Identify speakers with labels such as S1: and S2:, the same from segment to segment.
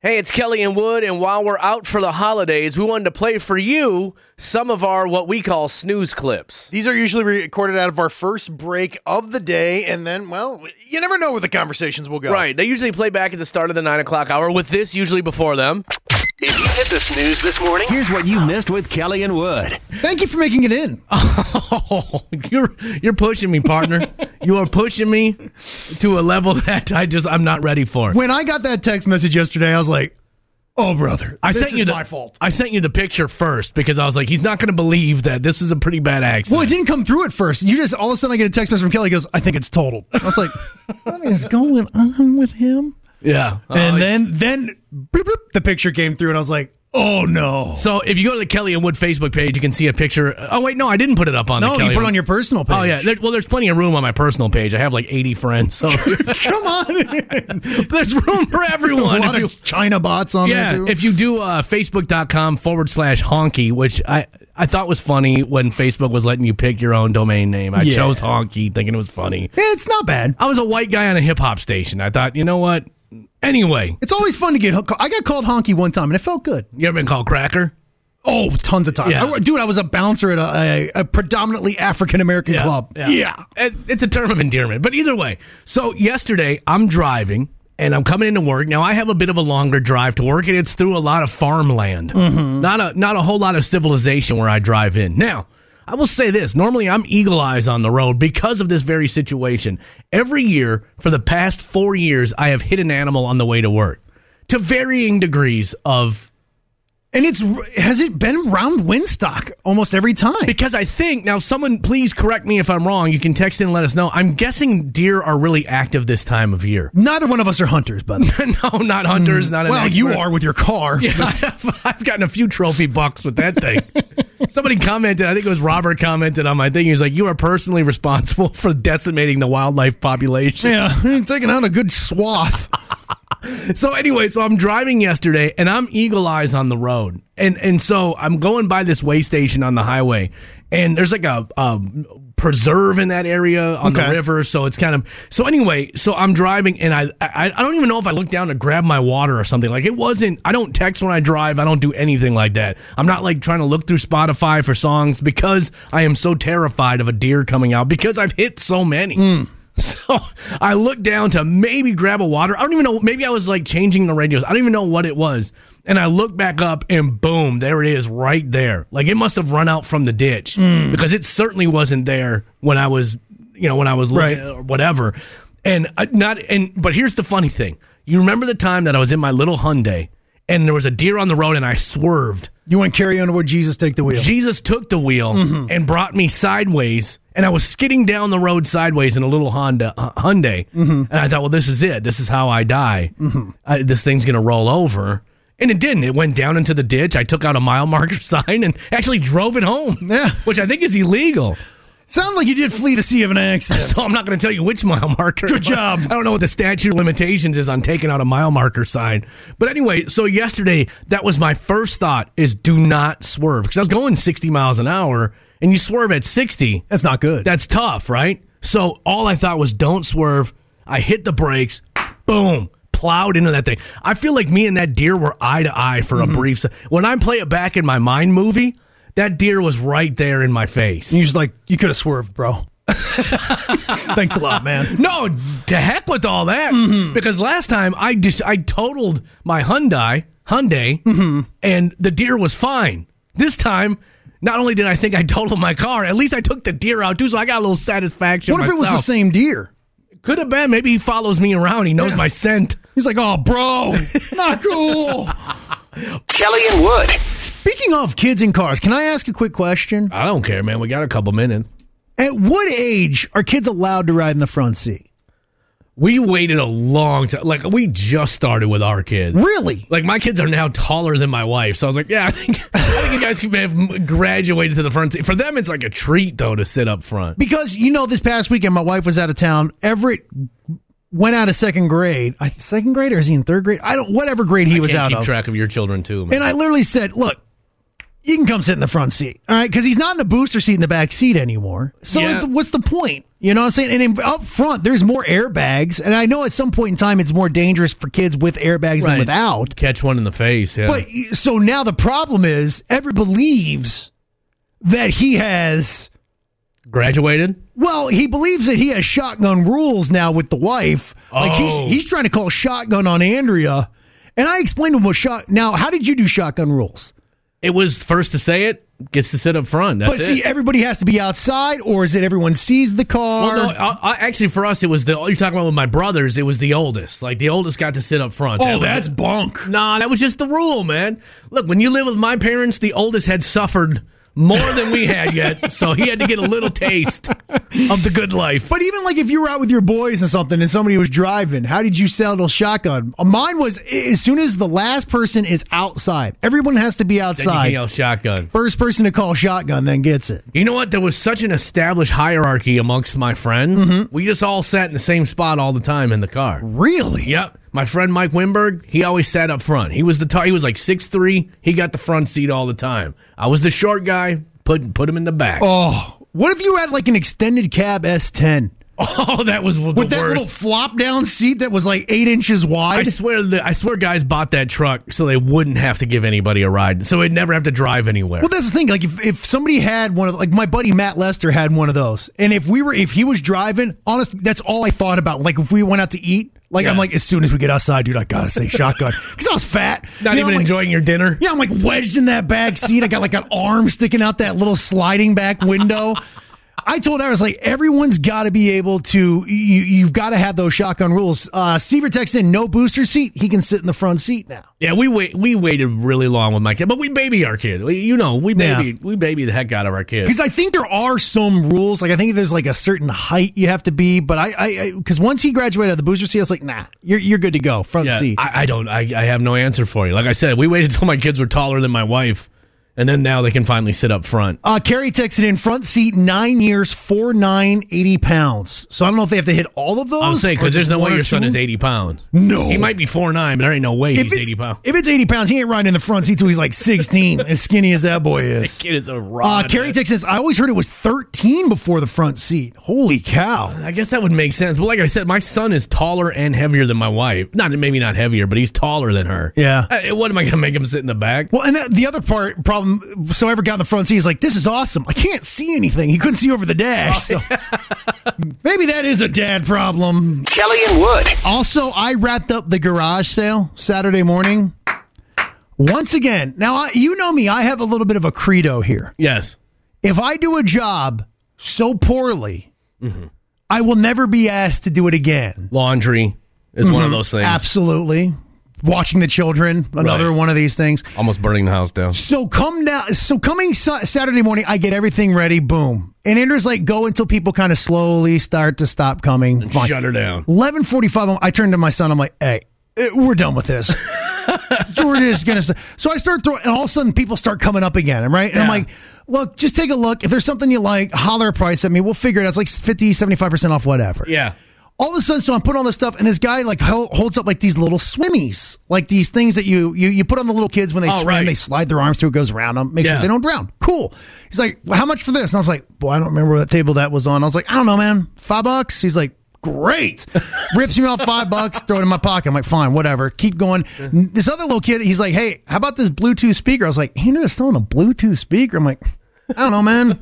S1: Hey, it's Kelly and Wood, and while we're out for the holidays, we wanted to play for you some of our what we call snooze clips.
S2: These are usually recorded out of our first break of the day, and then, well, you never know where the conversations will go.
S1: Right, they usually play back at the start of the nine o'clock hour, with this usually before them.
S3: If you hit the snooze this morning,
S4: Here's what you missed with Kelly and Wood.
S2: Thank you for making it in.
S1: Ah. Oh, you're you're pushing me, partner. you are pushing me to a level that I just I'm not ready for.
S2: When I got that text message yesterday, I was like, "Oh, brother,
S1: I
S2: this
S1: sent
S2: is
S1: you the,
S2: my fault."
S1: I sent you the picture first because I was like, he's not going to believe that this is a pretty bad accident.
S2: Well, it didn't come through at first. You just all of a sudden I get a text message from Kelly. He Goes, I think it's totaled. I was like, "What is going on with him?"
S1: yeah.
S2: And
S1: Uh,
S2: then, then bloop, bloop, the picture came through, and I was like, "Oh no!"
S1: so if you go to the Kelly and Wood Facebook page, you can see a picture. Oh wait, no, I didn't put it up on.
S2: No,
S1: the Kelly
S2: you put
S1: and-
S2: it on your personal page.
S1: Oh yeah, there, well, there's plenty of room on my personal page. I have like 80 friends, so
S2: come on. in.
S1: there's room for
S2: a
S1: everyone.
S2: lot
S1: If you-
S2: of China bots on
S1: yeah,
S2: there too.
S1: if you do uh, facebook.com forward slash honky, which I, I thought was funny when Facebook was letting you pick your own domain name. I
S2: Yeah.
S1: chose honky thinking it was funny.
S2: Yeah, it's not bad.
S1: I was a white guy on a hip hop station. I thought, you know what? Anyway,
S2: It's always fun to get. hook- I got called honky one time, and it felt good.
S1: you ever been called cracker?
S2: Oh, tons of times.
S1: Yeah.
S2: I- dude, I was a bouncer at a, a, a predominantly African American club.
S1: It- it's a term of endearment. But either way, so yesterday I'm driving and I'm coming into work. Now I have a bit of a longer drive to work, and it's through a lot of farmland. Not a not a whole lot of civilization where I drive in. Now I will say this: normally I'm eagle eyes on the road because of this very situation. Every year for the past four years, I have hit an animal on the way to work to varying degrees of
S2: And it's has it been round Winstock almost every time?
S1: Because I think now, someone please correct me if I'm wrong. You can text in and let us know. I'm guessing deer are really active this time of year.
S2: Neither one of us are hunters, by the way.
S1: no, not hunters, not an
S2: Mm. well, you
S1: expert.
S2: are with your car.
S1: I've, I've gotten a few trophy bucks with that thing. Somebody commented, I think it was Robert commented on my thing. He was like, "You are personally responsible for decimating the wildlife population."
S2: Yeah, taking out a good swath.
S1: So anyway, so I'm driving yesterday and I'm eagle eyes on the road. And and so I'm going by this way station on the highway and there's like a, a preserve in that area on
S2: Okay.
S1: the river. So it's kind of so anyway, so I'm driving and I, I I don't even know if I looked down to grab my water or something. Like it wasn't I don't text when I drive, I don't do anything like that. I'm not like trying to look through Spotify for songs because I am so terrified of a deer coming out because I've hit so many. So I looked down to maybe grab a water. I don't even know. Maybe I was like changing the radios. I don't even know what it was. And I look back up and boom, there it is right there. Like it must have run out from the ditch because it certainly wasn't there when I was, you know, when I was looking
S2: Right.
S1: or whatever. And I, not, and, but here's the funny thing. You remember the time that I was in my little Hyundai and there was a deer on the road and I swerved.
S2: You want carry on where Jesus take the wheel.
S1: Jesus took the wheel
S2: Mm-hmm.
S1: and brought me sideways, and I was skidding down the road sideways in a little Honda uh, Hyundai,
S2: Mm-hmm.
S1: and I thought, well, this is it. This is how I die. I, this thing's gonna roll over, and it didn't. It went down into the ditch. I took out a mile marker sign and actually drove it home,
S2: Yeah.
S1: which I think is illegal.
S2: Sounds like you did flee the sea of an accident.
S1: So I'm not going to tell you which mile marker.
S2: Good job.
S1: I don't know what the statute of limitations is on taking out a mile marker sign. But anyway, so yesterday that was my first thought is do not swerve because I was going 60 miles an hour and you swerve at 60,
S2: That's not good.
S1: that's tough, right? So all I thought was don't swerve. I hit the brakes, boom, plowed into that thing. I feel like me and that deer were eye to eye for
S2: Mm-hmm.
S1: a brief. se- When I play it back in my mind movie, that deer was right there in my face.
S2: you just like you could have swerved, bro. Thanks a lot, man.
S1: No, to heck with all that.
S2: Mm-hmm.
S1: Because last time I just I totaled my Hyundai Hyundai,
S2: Mm-hmm.
S1: and the deer was fine. This time, not only did I think I totaled my car, at least I took the deer out too, so I got a little satisfaction.
S2: What if it was the same deer?
S1: Could have been. Maybe he follows me around. He knows my scent.
S2: He's like, oh, bro, not cool.
S3: Kelly and Wood.
S2: Speaking of kids in cars, can I ask a quick question?
S1: I don't care, man. We got a couple minutes.
S2: At what age are kids allowed to ride in the front seat?
S1: We waited a long time. Like we just started with our kids.
S2: Really?
S1: Like my kids are now taller than my wife, so I was like, yeah, I think, I think you guys could have graduated to the front seat. For them, it's like a treat though to sit up front.
S2: Because you know, this past weekend my wife was out of town. Everett went out of second grade. I, second grade or is he in third grade? I don't. Whatever grade he was
S1: Can't
S2: out
S1: keep
S2: of.
S1: track of your children too, man.
S2: And I literally said, "Look, you can come sit in the front seat. All right. Cause he's not in the booster seat in the back seat anymore. So
S1: Yeah.
S2: it- what's the point? You know what I'm saying? And in, up front, there's more airbags. And I know at some point in time, it's more dangerous for kids with airbags than
S1: Right.
S2: without.
S1: Catch one in the face. Yeah.
S2: But so now the problem is, every believes that he has.
S1: Graduated.
S2: Well, he believes that he has shotgun rules now with the wife. Like
S1: Oh.
S2: he's he's trying to call shotgun on Andrea, and I explained to him what shot. Now, how did you do shotgun rules?
S1: It was first to say it gets to sit up front. That's
S2: But see,
S1: it.
S2: everybody has to be outside, or is it everyone sees the car?
S1: Well, Oh, no, I, I, actually, for us, it was the you're talking about with my brothers. It was the oldest. Like the oldest got to sit up front. That
S2: oh,
S1: was
S2: that's
S1: it.
S2: bunk.
S1: nah. That was just the rule, man. Look, when you live with my parents, the oldest had suffered more than we had yet, so he had to get a little taste of the good life.
S2: But even like if you were out with your boys and something and somebody was driving, how did you settle shotgun? Uh, Mine was a- as soon as the last person is outside, everyone has to be
S1: Then you can
S2: outside.
S1: yell shotgun.
S2: First person to call shotgun then gets it.
S1: You know what? There was such an established hierarchy amongst my friends.
S2: Mm-hmm.
S1: We just all sat in the same spot all the time in the car.
S2: Really?
S1: Yep. My friend Mike Wimberg, he always sat up front. He was the t- he was like 6'3". He got the front seat all the time. I was the short guy. Put put him in the back. Oh,
S2: Oh, what if you had like an extended cab S10
S1: Oh, that was the
S2: with that little
S1: worst.
S2: flop down seat that was like eight inches
S1: I
S2: wide?
S1: swear that I swear guys bought that truck so they wouldn't have to give anybody a ride. So they'd never have to drive anywhere.
S2: Well, that's the thing. Like, if, if somebody had one of, like, my buddy Matt Lester had one of those, and if we were, if he was driving, honest, that's all I thought about. Like, if we went out to eat, like, I'm
S1: Yeah.
S2: like, as soon as we get outside, dude, I gotta say shotgun because I was fat.
S1: Not
S2: You know,
S1: even
S2: I'm like-
S1: enjoying your dinner.
S2: Yeah, I'm like wedged in that back seat. I got like an arm sticking out that little sliding back window. I told her, I was like, everyone's got to be able to, you, you've got to have those shotgun rules. Uh, Seaver texts in, no booster seat. He can sit in the front seat now.
S1: Yeah, we wait we waited really long with my kid, but we baby our kid. We, you know, we
S2: Yeah.
S1: baby we baby the heck out of our kids.
S2: Because I think there are some rules. Like, I think there's like a certain height you have to be. But I, I, because once he graduated out of the booster seat, I was like, nah, you're, you're good to go. Front
S1: Yeah,
S2: seat.
S1: I, I don't. I, I have no answer for you. Like I said, we waited till my kids were taller than my wife, and then now they can finally sit up front.
S2: Uh, Carrie texted in front seat nine years, four nine, 80 pounds. So I don't know if they have to hit all of those.
S1: I'm saying
S2: or
S1: because there's
S2: just
S1: no
S2: one
S1: way
S2: or
S1: your son
S2: two.
S1: is 80 pounds.
S2: No.
S1: he might be four nine, but there ain't no way he's
S2: it's,
S1: 80 pounds.
S2: If it's 80 pounds, he ain't riding in the front seat till he's like 16, as skinny as that boy is.
S1: Kid is a
S2: Uh,
S1: rod.
S2: Carrie
S1: man.
S2: Tech says, I always heard it was 13 before the front seat. Holy cow.
S1: I guess that would make sense. But like I said, my son is taller and heavier than my wife. Not maybe not heavier, but he's taller than her.
S2: Yeah.
S1: Uh, what am I gonna make him sit in the back?
S2: Well, and that, the other part problem, so I ever got in the front seat, he's like, this is awesome. I can't see anything. He couldn't see over the dash. So maybe that is a dad problem.
S3: Kelly and Wood.
S2: Also, I wrapped up the garage sale Saturday morning. Once again, now I, you know me, I have a little bit of a credo here.
S1: Yes.
S2: if I do a job so poorly, I will never be asked to do it again.
S1: Laundry is one
S2: Mm-hmm.
S1: of those things.
S2: Absolutely. Watching the children, another
S1: Right.
S2: one of these things.
S1: Almost burning the house down.
S2: So come now, so coming Sa- Saturday morning, I get everything ready. Boom, and Andrew's like, go until people kind of slowly start to stop coming. Fine.
S1: Shut her down.
S2: Eleven forty-five. I turned to my son. I'm like, "Hey, eh, we're done with this. Jordan is gonna." s-" So I start throwing, and all of a sudden, people start coming up again. I'm right, and I'm
S1: Yeah.
S2: like, "Look, just take a look. If there's something you like, holler a price at me. We'll figure it out. It's like 50, 75 percent off, whatever."
S1: Yeah.
S2: All of a sudden, so I'm putting all this stuff, and this guy like hel- holds up like these little swimmies, like these things that you you you put on the little kids when they
S1: Oh,
S2: swim.
S1: right.
S2: They slide their arms through, it goes around them, make sure
S1: Yeah.
S2: they don't drown. Cool. He's like, well, "How much for this?" And I was like, "Boy, I don't remember what table that was on." I was like, "I don't know, man. Five bucks." He's like, "Great." Rips me off five bucks, throw it in my pocket. I'm like, "Fine, whatever." Keep going. N- This other little kid, he's like, "Hey, how about this Bluetooth speaker?" I was like, "He just selling a Bluetooth speaker." I'm like, "I don't know, man."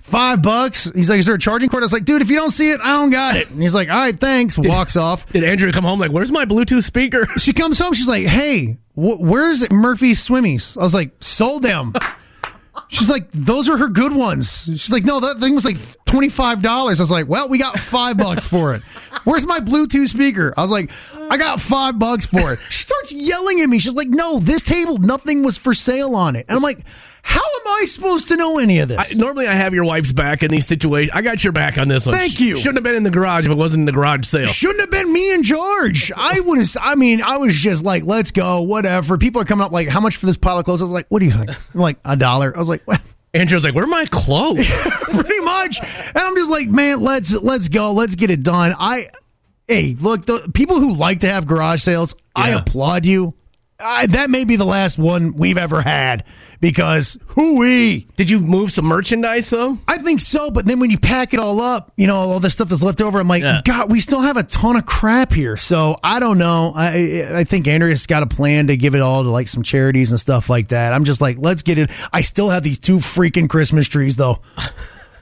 S2: Five bucks. He's like, "Is there a charging cord?" I was like, "Dude, if you don't see it, I don't got it." And he's like, "All right, thanks." Walks off.
S1: Did Andrea come home like, where's my Bluetooth speaker?
S2: She comes home. She's like, "Hey, wh- where's Murphy's swimmies?" I was like, "Sold them." She's like, "Those are her good ones." She's like, "No, that thing was like twenty five dollars." I was like, "Well, we got five bucks for it." Where's my Bluetooth speaker? I was like, "I got five bucks for it." She starts yelling at me. She's like, "No, this table, nothing was for sale on it." And I'm like, "How am I supposed to know any of this?"
S1: Normally, I have your wife's back in these situations. I got your back on this one.
S2: Thank
S1: Sh-
S2: you.
S1: Shouldn't have been in the garage if it wasn't in the garage sale.
S2: Shouldn't have been me in charge. I would have. I mean, I was just like, let's go, whatever. People are coming up like, how much for this pile of clothes? I was like, what do you think? I'm like a dollar. I was like, what?
S1: Andrew's like, where are my clothes?
S2: pretty much. And I'm just like, man, let's let's go, let's get it done. I, hey, look, the people who like to have garage sales, I
S1: Yeah.
S2: applaud you. I, that may be the last one we've ever had because hooey.
S1: Did you move some merchandise though?
S2: I think so, but then when you pack it all up, you know all this stuff that's left over. I'm like,
S1: Yeah.
S2: God, we still have a ton of crap here. So I don't know. I I think Andrea's got a plan to give it all to like some charities and stuff like that. I'm just like, let's get it. I still have these two freaking Christmas trees though.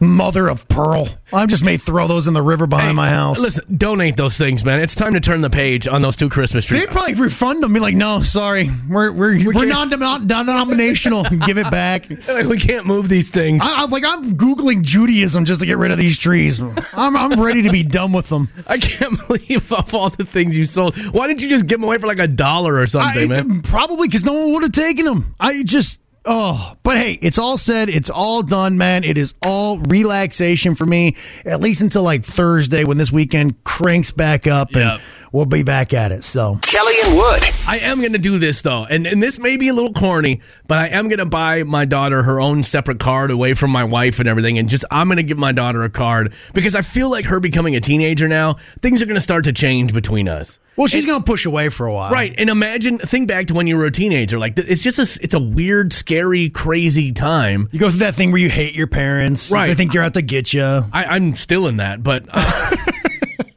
S2: Mother of pearl! I just may throw those in the river behind my house.
S1: Listen, donate those things, man. It's time to turn the page on those two Christmas trees.
S2: They'd probably refund them. Be like, no, sorry, we're we're we're non denominational. Give it back.
S1: Like, we can't move these things.
S2: I, I was like, I'm googling Judaism just to get rid of these trees. I'm I'm ready to be done with them.
S1: I can't believe of all the things you sold. Why didn't you just give them away for like a dollar or
S2: I,
S1: something, man?
S2: probably because no one would have taken them. I just. Oh, but hey, it's all said. It's all done, man. It is all relaxation for me, at least until like Thursday when this weekend cranks back up
S1: Yeah.
S2: and we'll be back at it. So,
S3: Kelly and Wood.
S1: I am going to do this though, and and this may be a little corny, but I am going to buy my daughter her own separate card away from my wife and everything, and just I'm going to give my daughter a card because I feel like her becoming a teenager now, things are going to start to change between us.
S2: well, she's going to push away for a while.
S1: Right, and imagine think back to when you were a teenager. Like th- it's just a, s- it's a weird, scary, crazy time.
S2: You go through that thing where you hate your parents.
S1: Right.
S2: They think you're out to get you.
S1: I, I'm still in that, but I'm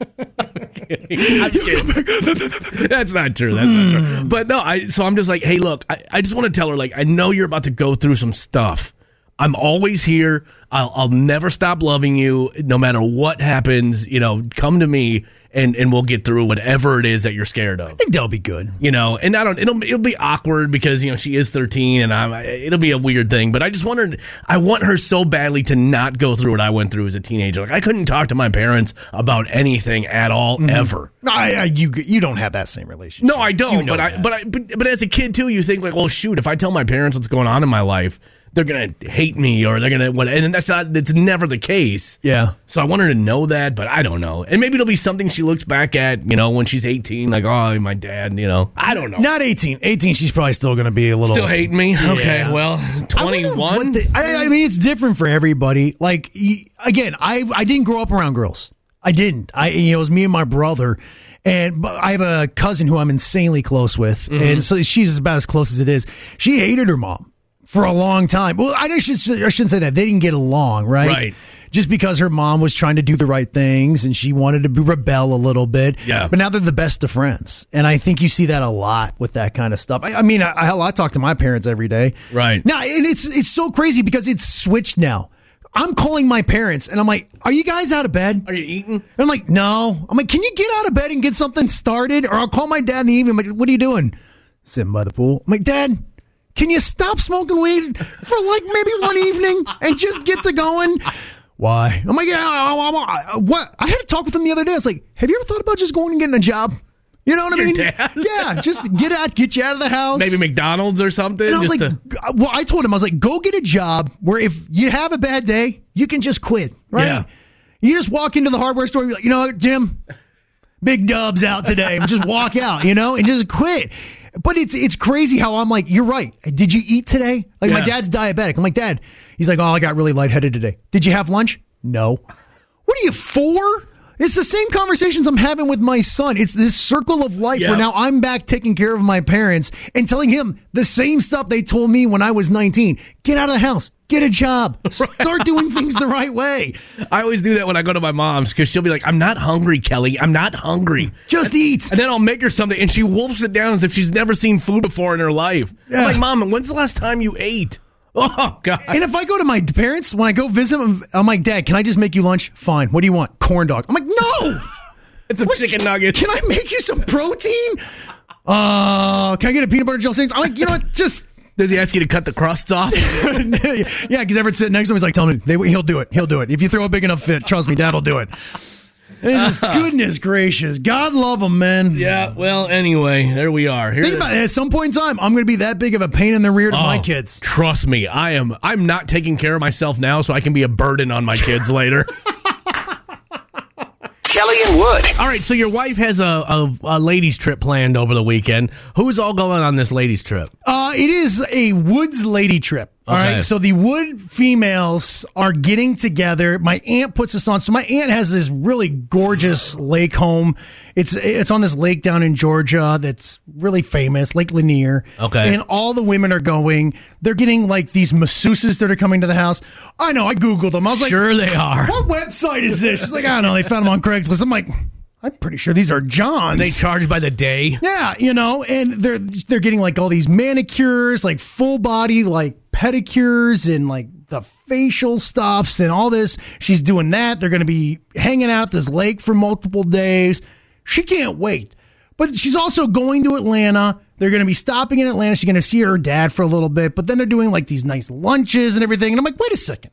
S1: kidding. I'm kidding. That's not true. That's not true. But no, I so I'm just like, hey, look, I, I just want to tell her, like, I know you're about to go through some stuff. I'm always here. I'll, I'll never stop loving you, no matter what happens. You know, come to me, and and we'll get through whatever it is that you're scared of.
S2: I think they'll be good.
S1: you know and i don't it'll, it'll be awkward because you know she is 13 and i'm it'll be a weird thing but i just want her i want her so badly to not go through what i went through as a teenager like i couldn't talk to my parents about anything at all
S2: Mm-hmm.
S1: ever
S2: I, I, you you don't have that same relationship.
S1: no i don't
S2: You know
S1: but, I,
S2: that.
S1: but i but but as a kid too you think like well shoot if i tell my parents what's going on in my life they're gonna hate me or they're gonna what and that's not that's never the case
S2: yeah.
S1: so I want her to know that, but I don't know. And maybe it'll be something she looks back at, you know, when she's 18, like, oh, my dad, you know. I don't know.
S2: Not 18. 18, she's probably still going to be a little.
S1: Still hate me? Okay, well,
S2: I wonder
S1: 21?
S2: what the- I, I mean, it's different for everybody. Like, y- again, I I didn't grow up around girls. I didn't. I you know it was me and my brother, and but I have a cousin who I'm insanely close with,
S1: Mm-hmm.
S2: and so she's about as close as it is. She hated her mom for a long time. Well, I should I shouldn't say that. They didn't get along, right?
S1: Right.
S2: Just because her mom was trying to do the right things and she wanted to be rebel a little bit.
S1: Yeah.
S2: But now they're the best of friends. And I think you see that a lot with that kind of stuff. I, I mean, I, I, hell, I talk to my parents every day.
S1: Right.
S2: Now, and it's it's so crazy because it's switched now. I'm calling my parents and I'm like, "Are you guys out of bed?"
S1: Are you eating?
S2: And I'm like, "No." I'm like, "Can you get out of bed and get something started?" Or I'll call my dad in the evening. I'm like, "What are you doing?" Sitting by the pool. I'm like, "Dad." Can you stop smoking weed for like maybe one evening and just get to going? Why? I'm like, yeah, I, I, I, what? I had a talk with him the other day. I was like, have you ever thought about just going and getting a job? You know what I
S1: Your
S2: mean?
S1: dad?
S2: Yeah, just get out, get you out of the house.
S1: Maybe McDonald's or something?
S2: And I was
S1: just
S2: like,
S1: to-
S2: g- well, I told him, I was like, go get a job where if you have a bad day, you can just quit, right?
S1: Yeah.
S2: You just walk into the hardware store and be like, you know what, Jim, big dubs out today. And just walk out, you know, and just quit. But it's it's crazy how I'm like, you're right. Did you eat today? Like my
S1: Yeah.
S2: dad's diabetic. I'm like, Dad, he's like, Oh, I got really lightheaded today. Did you have lunch? No. What are you for? It's the same conversations I'm having with my son. It's this circle of life
S1: Yeah.
S2: where now I'm back taking care of my parents and telling him the same stuff they told me when I was 19. Get out of the house. Get a job. Start doing things the right way.
S1: I always do that when I go to my mom's because she'll be like, I'm not hungry, Kelly. I'm not hungry.
S2: Just eat.
S1: And then I'll make her something and she wolfs it down as if she's never seen food before in her life. I'm
S2: Yeah.
S1: like, Mom, when's the last time you ate? Oh, God.
S2: And if I go to my parents, when I go visit them, I'm like, Dad, can I just make you lunch? Fine. What do you want? Corn dog. I'm like, No.
S1: It's a chicken nugget.
S2: Can I make you some protein? Uh, can I get a peanut butter jelly sandwich? I'm like, you know what? Just
S1: Does he ask you to cut the crusts off?
S2: yeah, because Everett's sitting next to him. He's like, tell me, they, he'll do it. He'll do it. If you throw a big enough fit, trust me, dad'll do it. And it's just goodness gracious, God love him, man.
S1: yeah, well, anyway, there we are. Here
S2: Think about it. At some point in time, I'm going to be that big of a pain in the rear to my
S1: Oh,
S2: kids.
S1: Trust me, I am. I'm not taking care of myself now, so I can be a burden on my kids later.
S3: Kelly and Wood.
S1: All right, so your wife has a, a, a ladies' trip planned over the weekend. Who's all going on this ladies' trip?
S2: Uh, it is a woods lady trip. All
S1: Okay.
S2: right, So the wood females are getting together. My aunt puts this on. So my aunt has this really gorgeous lake home. It's it's on this lake down in Georgia that's really famous, Lake Lanier.
S1: Okay.
S2: And all the women are going. They're getting like these masseuses that are coming to the house. I know. I googled them. I was like,
S1: sure they are.
S2: what website is this? She's like, I don't know. They found them on Craigslist. I'm like, I'm pretty sure these are Johns.
S1: They charge by the day.
S2: Yeah, you know, and they're they're getting like all these manicures, like full body, like pedicures, and like the facial stuffs and all this. She's doing that. They're going to be hanging out at this lake for multiple days. She can't wait. But she's also going to Atlanta. They're going to be stopping in Atlanta. She's going to see her dad for a little bit. But then they're doing like these nice lunches and everything. And I'm like, wait a second.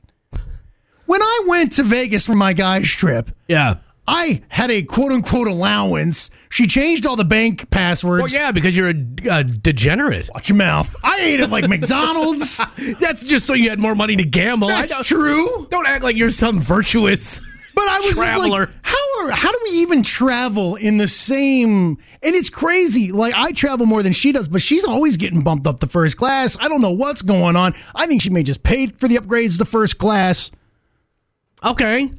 S2: When I went to Vegas for my guys trip,
S1: Yeah.
S2: I had a quote unquote allowance. She changed all the bank passwords.
S1: Well, yeah, because you're a, a degenerate.
S2: Watch your mouth. I ate at like McDonald's.
S1: That's just so you had more money to gamble. I
S2: That's
S1: don't-
S2: true.
S1: Don't act like you're some virtuous.
S2: But I was just like,
S1: Traveler.
S2: how are how do we even travel in the same? And it's crazy. Like I travel more than she does, but she's always getting bumped up to first class. I don't know what's going on. I think she may just paid for the upgrades to first class.
S1: Okay.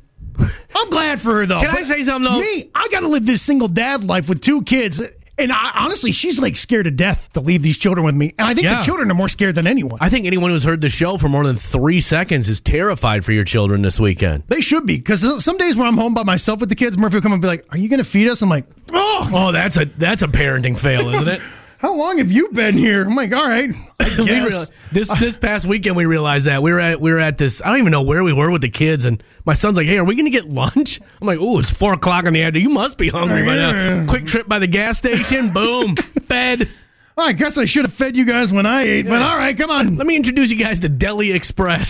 S2: I'm glad for her though.
S1: Can I
S2: But
S1: say something, though?
S2: Me, I got to live this single dad life with two kids. And I, honestly, she's like scared to death to leave these children with me. And I think
S1: Yeah.
S2: the children are more scared than anyone.
S1: I think anyone who's heard the show for more than three seconds is terrified for your children this weekend.
S2: They should be because some days when I'm home by myself with the kids, Murphy will come and be like, "Are you going to feed us?" I'm like, "Oh,
S1: Oh, that's a that's a parenting fail, isn't it?
S2: how long have you been here?" I'm like, "All right, I
S1: We
S2: guess."
S1: reali- this this past weekend we realized that we were at we were at this I don't even know where we were with the kids and my son's like hey are we gonna get lunch I'm like oh it's four o'clock in the afternoon you must be hungry by now quick trip by the gas station boom fed
S2: I guess I should have fed you guys when I ate, but all right, come on.
S1: let me introduce you guys to Deli Express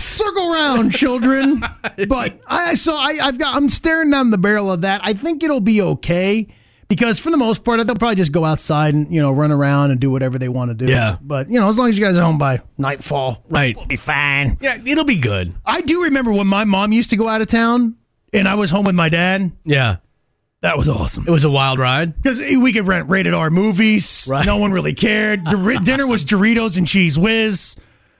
S2: circle round, children. but I so I, I've got I'm staring down the barrel of that. I think it'll be okay because for the most part, they'll probably just go outside and you know run around and do whatever they want to do.
S1: Yeah.
S2: But you know, as long as you guys are home by nightfall,
S1: right
S2: be fine.
S1: yeah it'll be good
S2: I do remember when my mom used to go out of town and I was home with my dad.
S1: yeah
S2: That was awesome.
S1: it was a wild ride
S2: Because we could rent rated R movies.
S1: Right.
S2: No one really cared. Dor- dinner was Doritos and Cheese Whiz.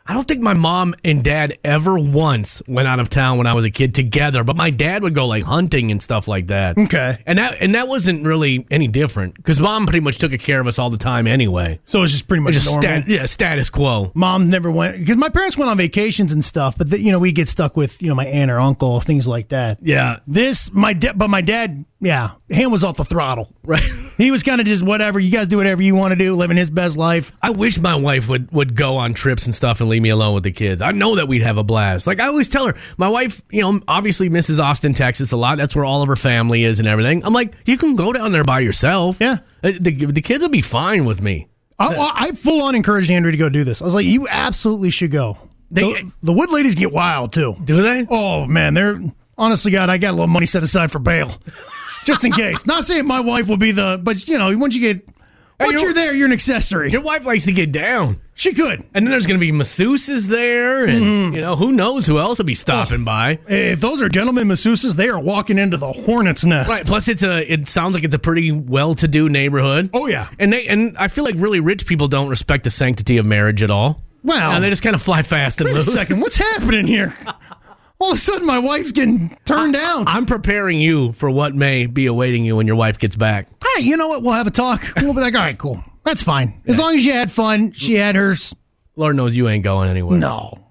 S1: I don't think my mom and dad ever once went out of town when I was a kid together, but my dad would go like hunting and stuff like that.
S2: Okay.
S1: And that and that wasn't really any different because mom pretty much took care of us all the time anyway.
S2: So it was just pretty much
S1: Just
S2: normal.
S1: stat, yeah, status quo.
S2: mom never went because my parents went on vacations and stuff, but the, you know we get stuck with you know my aunt or uncle things like that.
S1: Yeah,
S2: This my dad, but my dad, yeah, hand was off the throttle.
S1: right.
S2: He was kind of just whatever you guys do whatever you want to do, living his best life.
S1: I wish my wife would would go on trips and stuff and leave me alone with the kids. I know that we'd have a blast. Like I always tell her, my wife, you know, obviously misses Austin, Texas a lot. That's where all of her family is and everything. I'm like, you can go down there by yourself.
S2: Yeah.
S1: Uh, The, the kids will be fine with me.
S2: I, I- I full on encouraged Andrew to go do this. I was like, you absolutely should go.
S1: They-
S2: the, the wood ladies get wild too.
S1: Do they?
S2: Oh man, they're honestly, God, I got a little money set aside for bail, just in case. Not saying my wife will be the, but you know, once you get, once
S1: you-
S2: you're there, you're an accessory.
S1: Your wife likes to get down.
S2: She could.
S1: And then there's going to be masseuses there, and
S2: Mm-hmm.
S1: you know who knows who else will be stopping
S2: Oh.
S1: by.
S2: If Eh, those are gentlemen masseuses, they are walking into the hornet's nest.
S1: Right. Plus, it's a. It sounds like it's a pretty well-to-do neighborhood.
S2: Oh, yeah.
S1: And they and I feel like really rich people don't respect the sanctity of marriage at all.
S2: Wow.
S1: And they just kind of fly fast and
S2: Wait a
S1: loose.
S2: second, what's happening here? All of a sudden, my wife's getting turned out.
S1: I'm preparing you for what may be awaiting you when your wife gets back.
S2: hey, you know what? We'll have a talk. We'll be like, all right, cool. That's fine. As long as you had fun, she had hers.
S1: Lord knows you ain't going anywhere.
S2: No.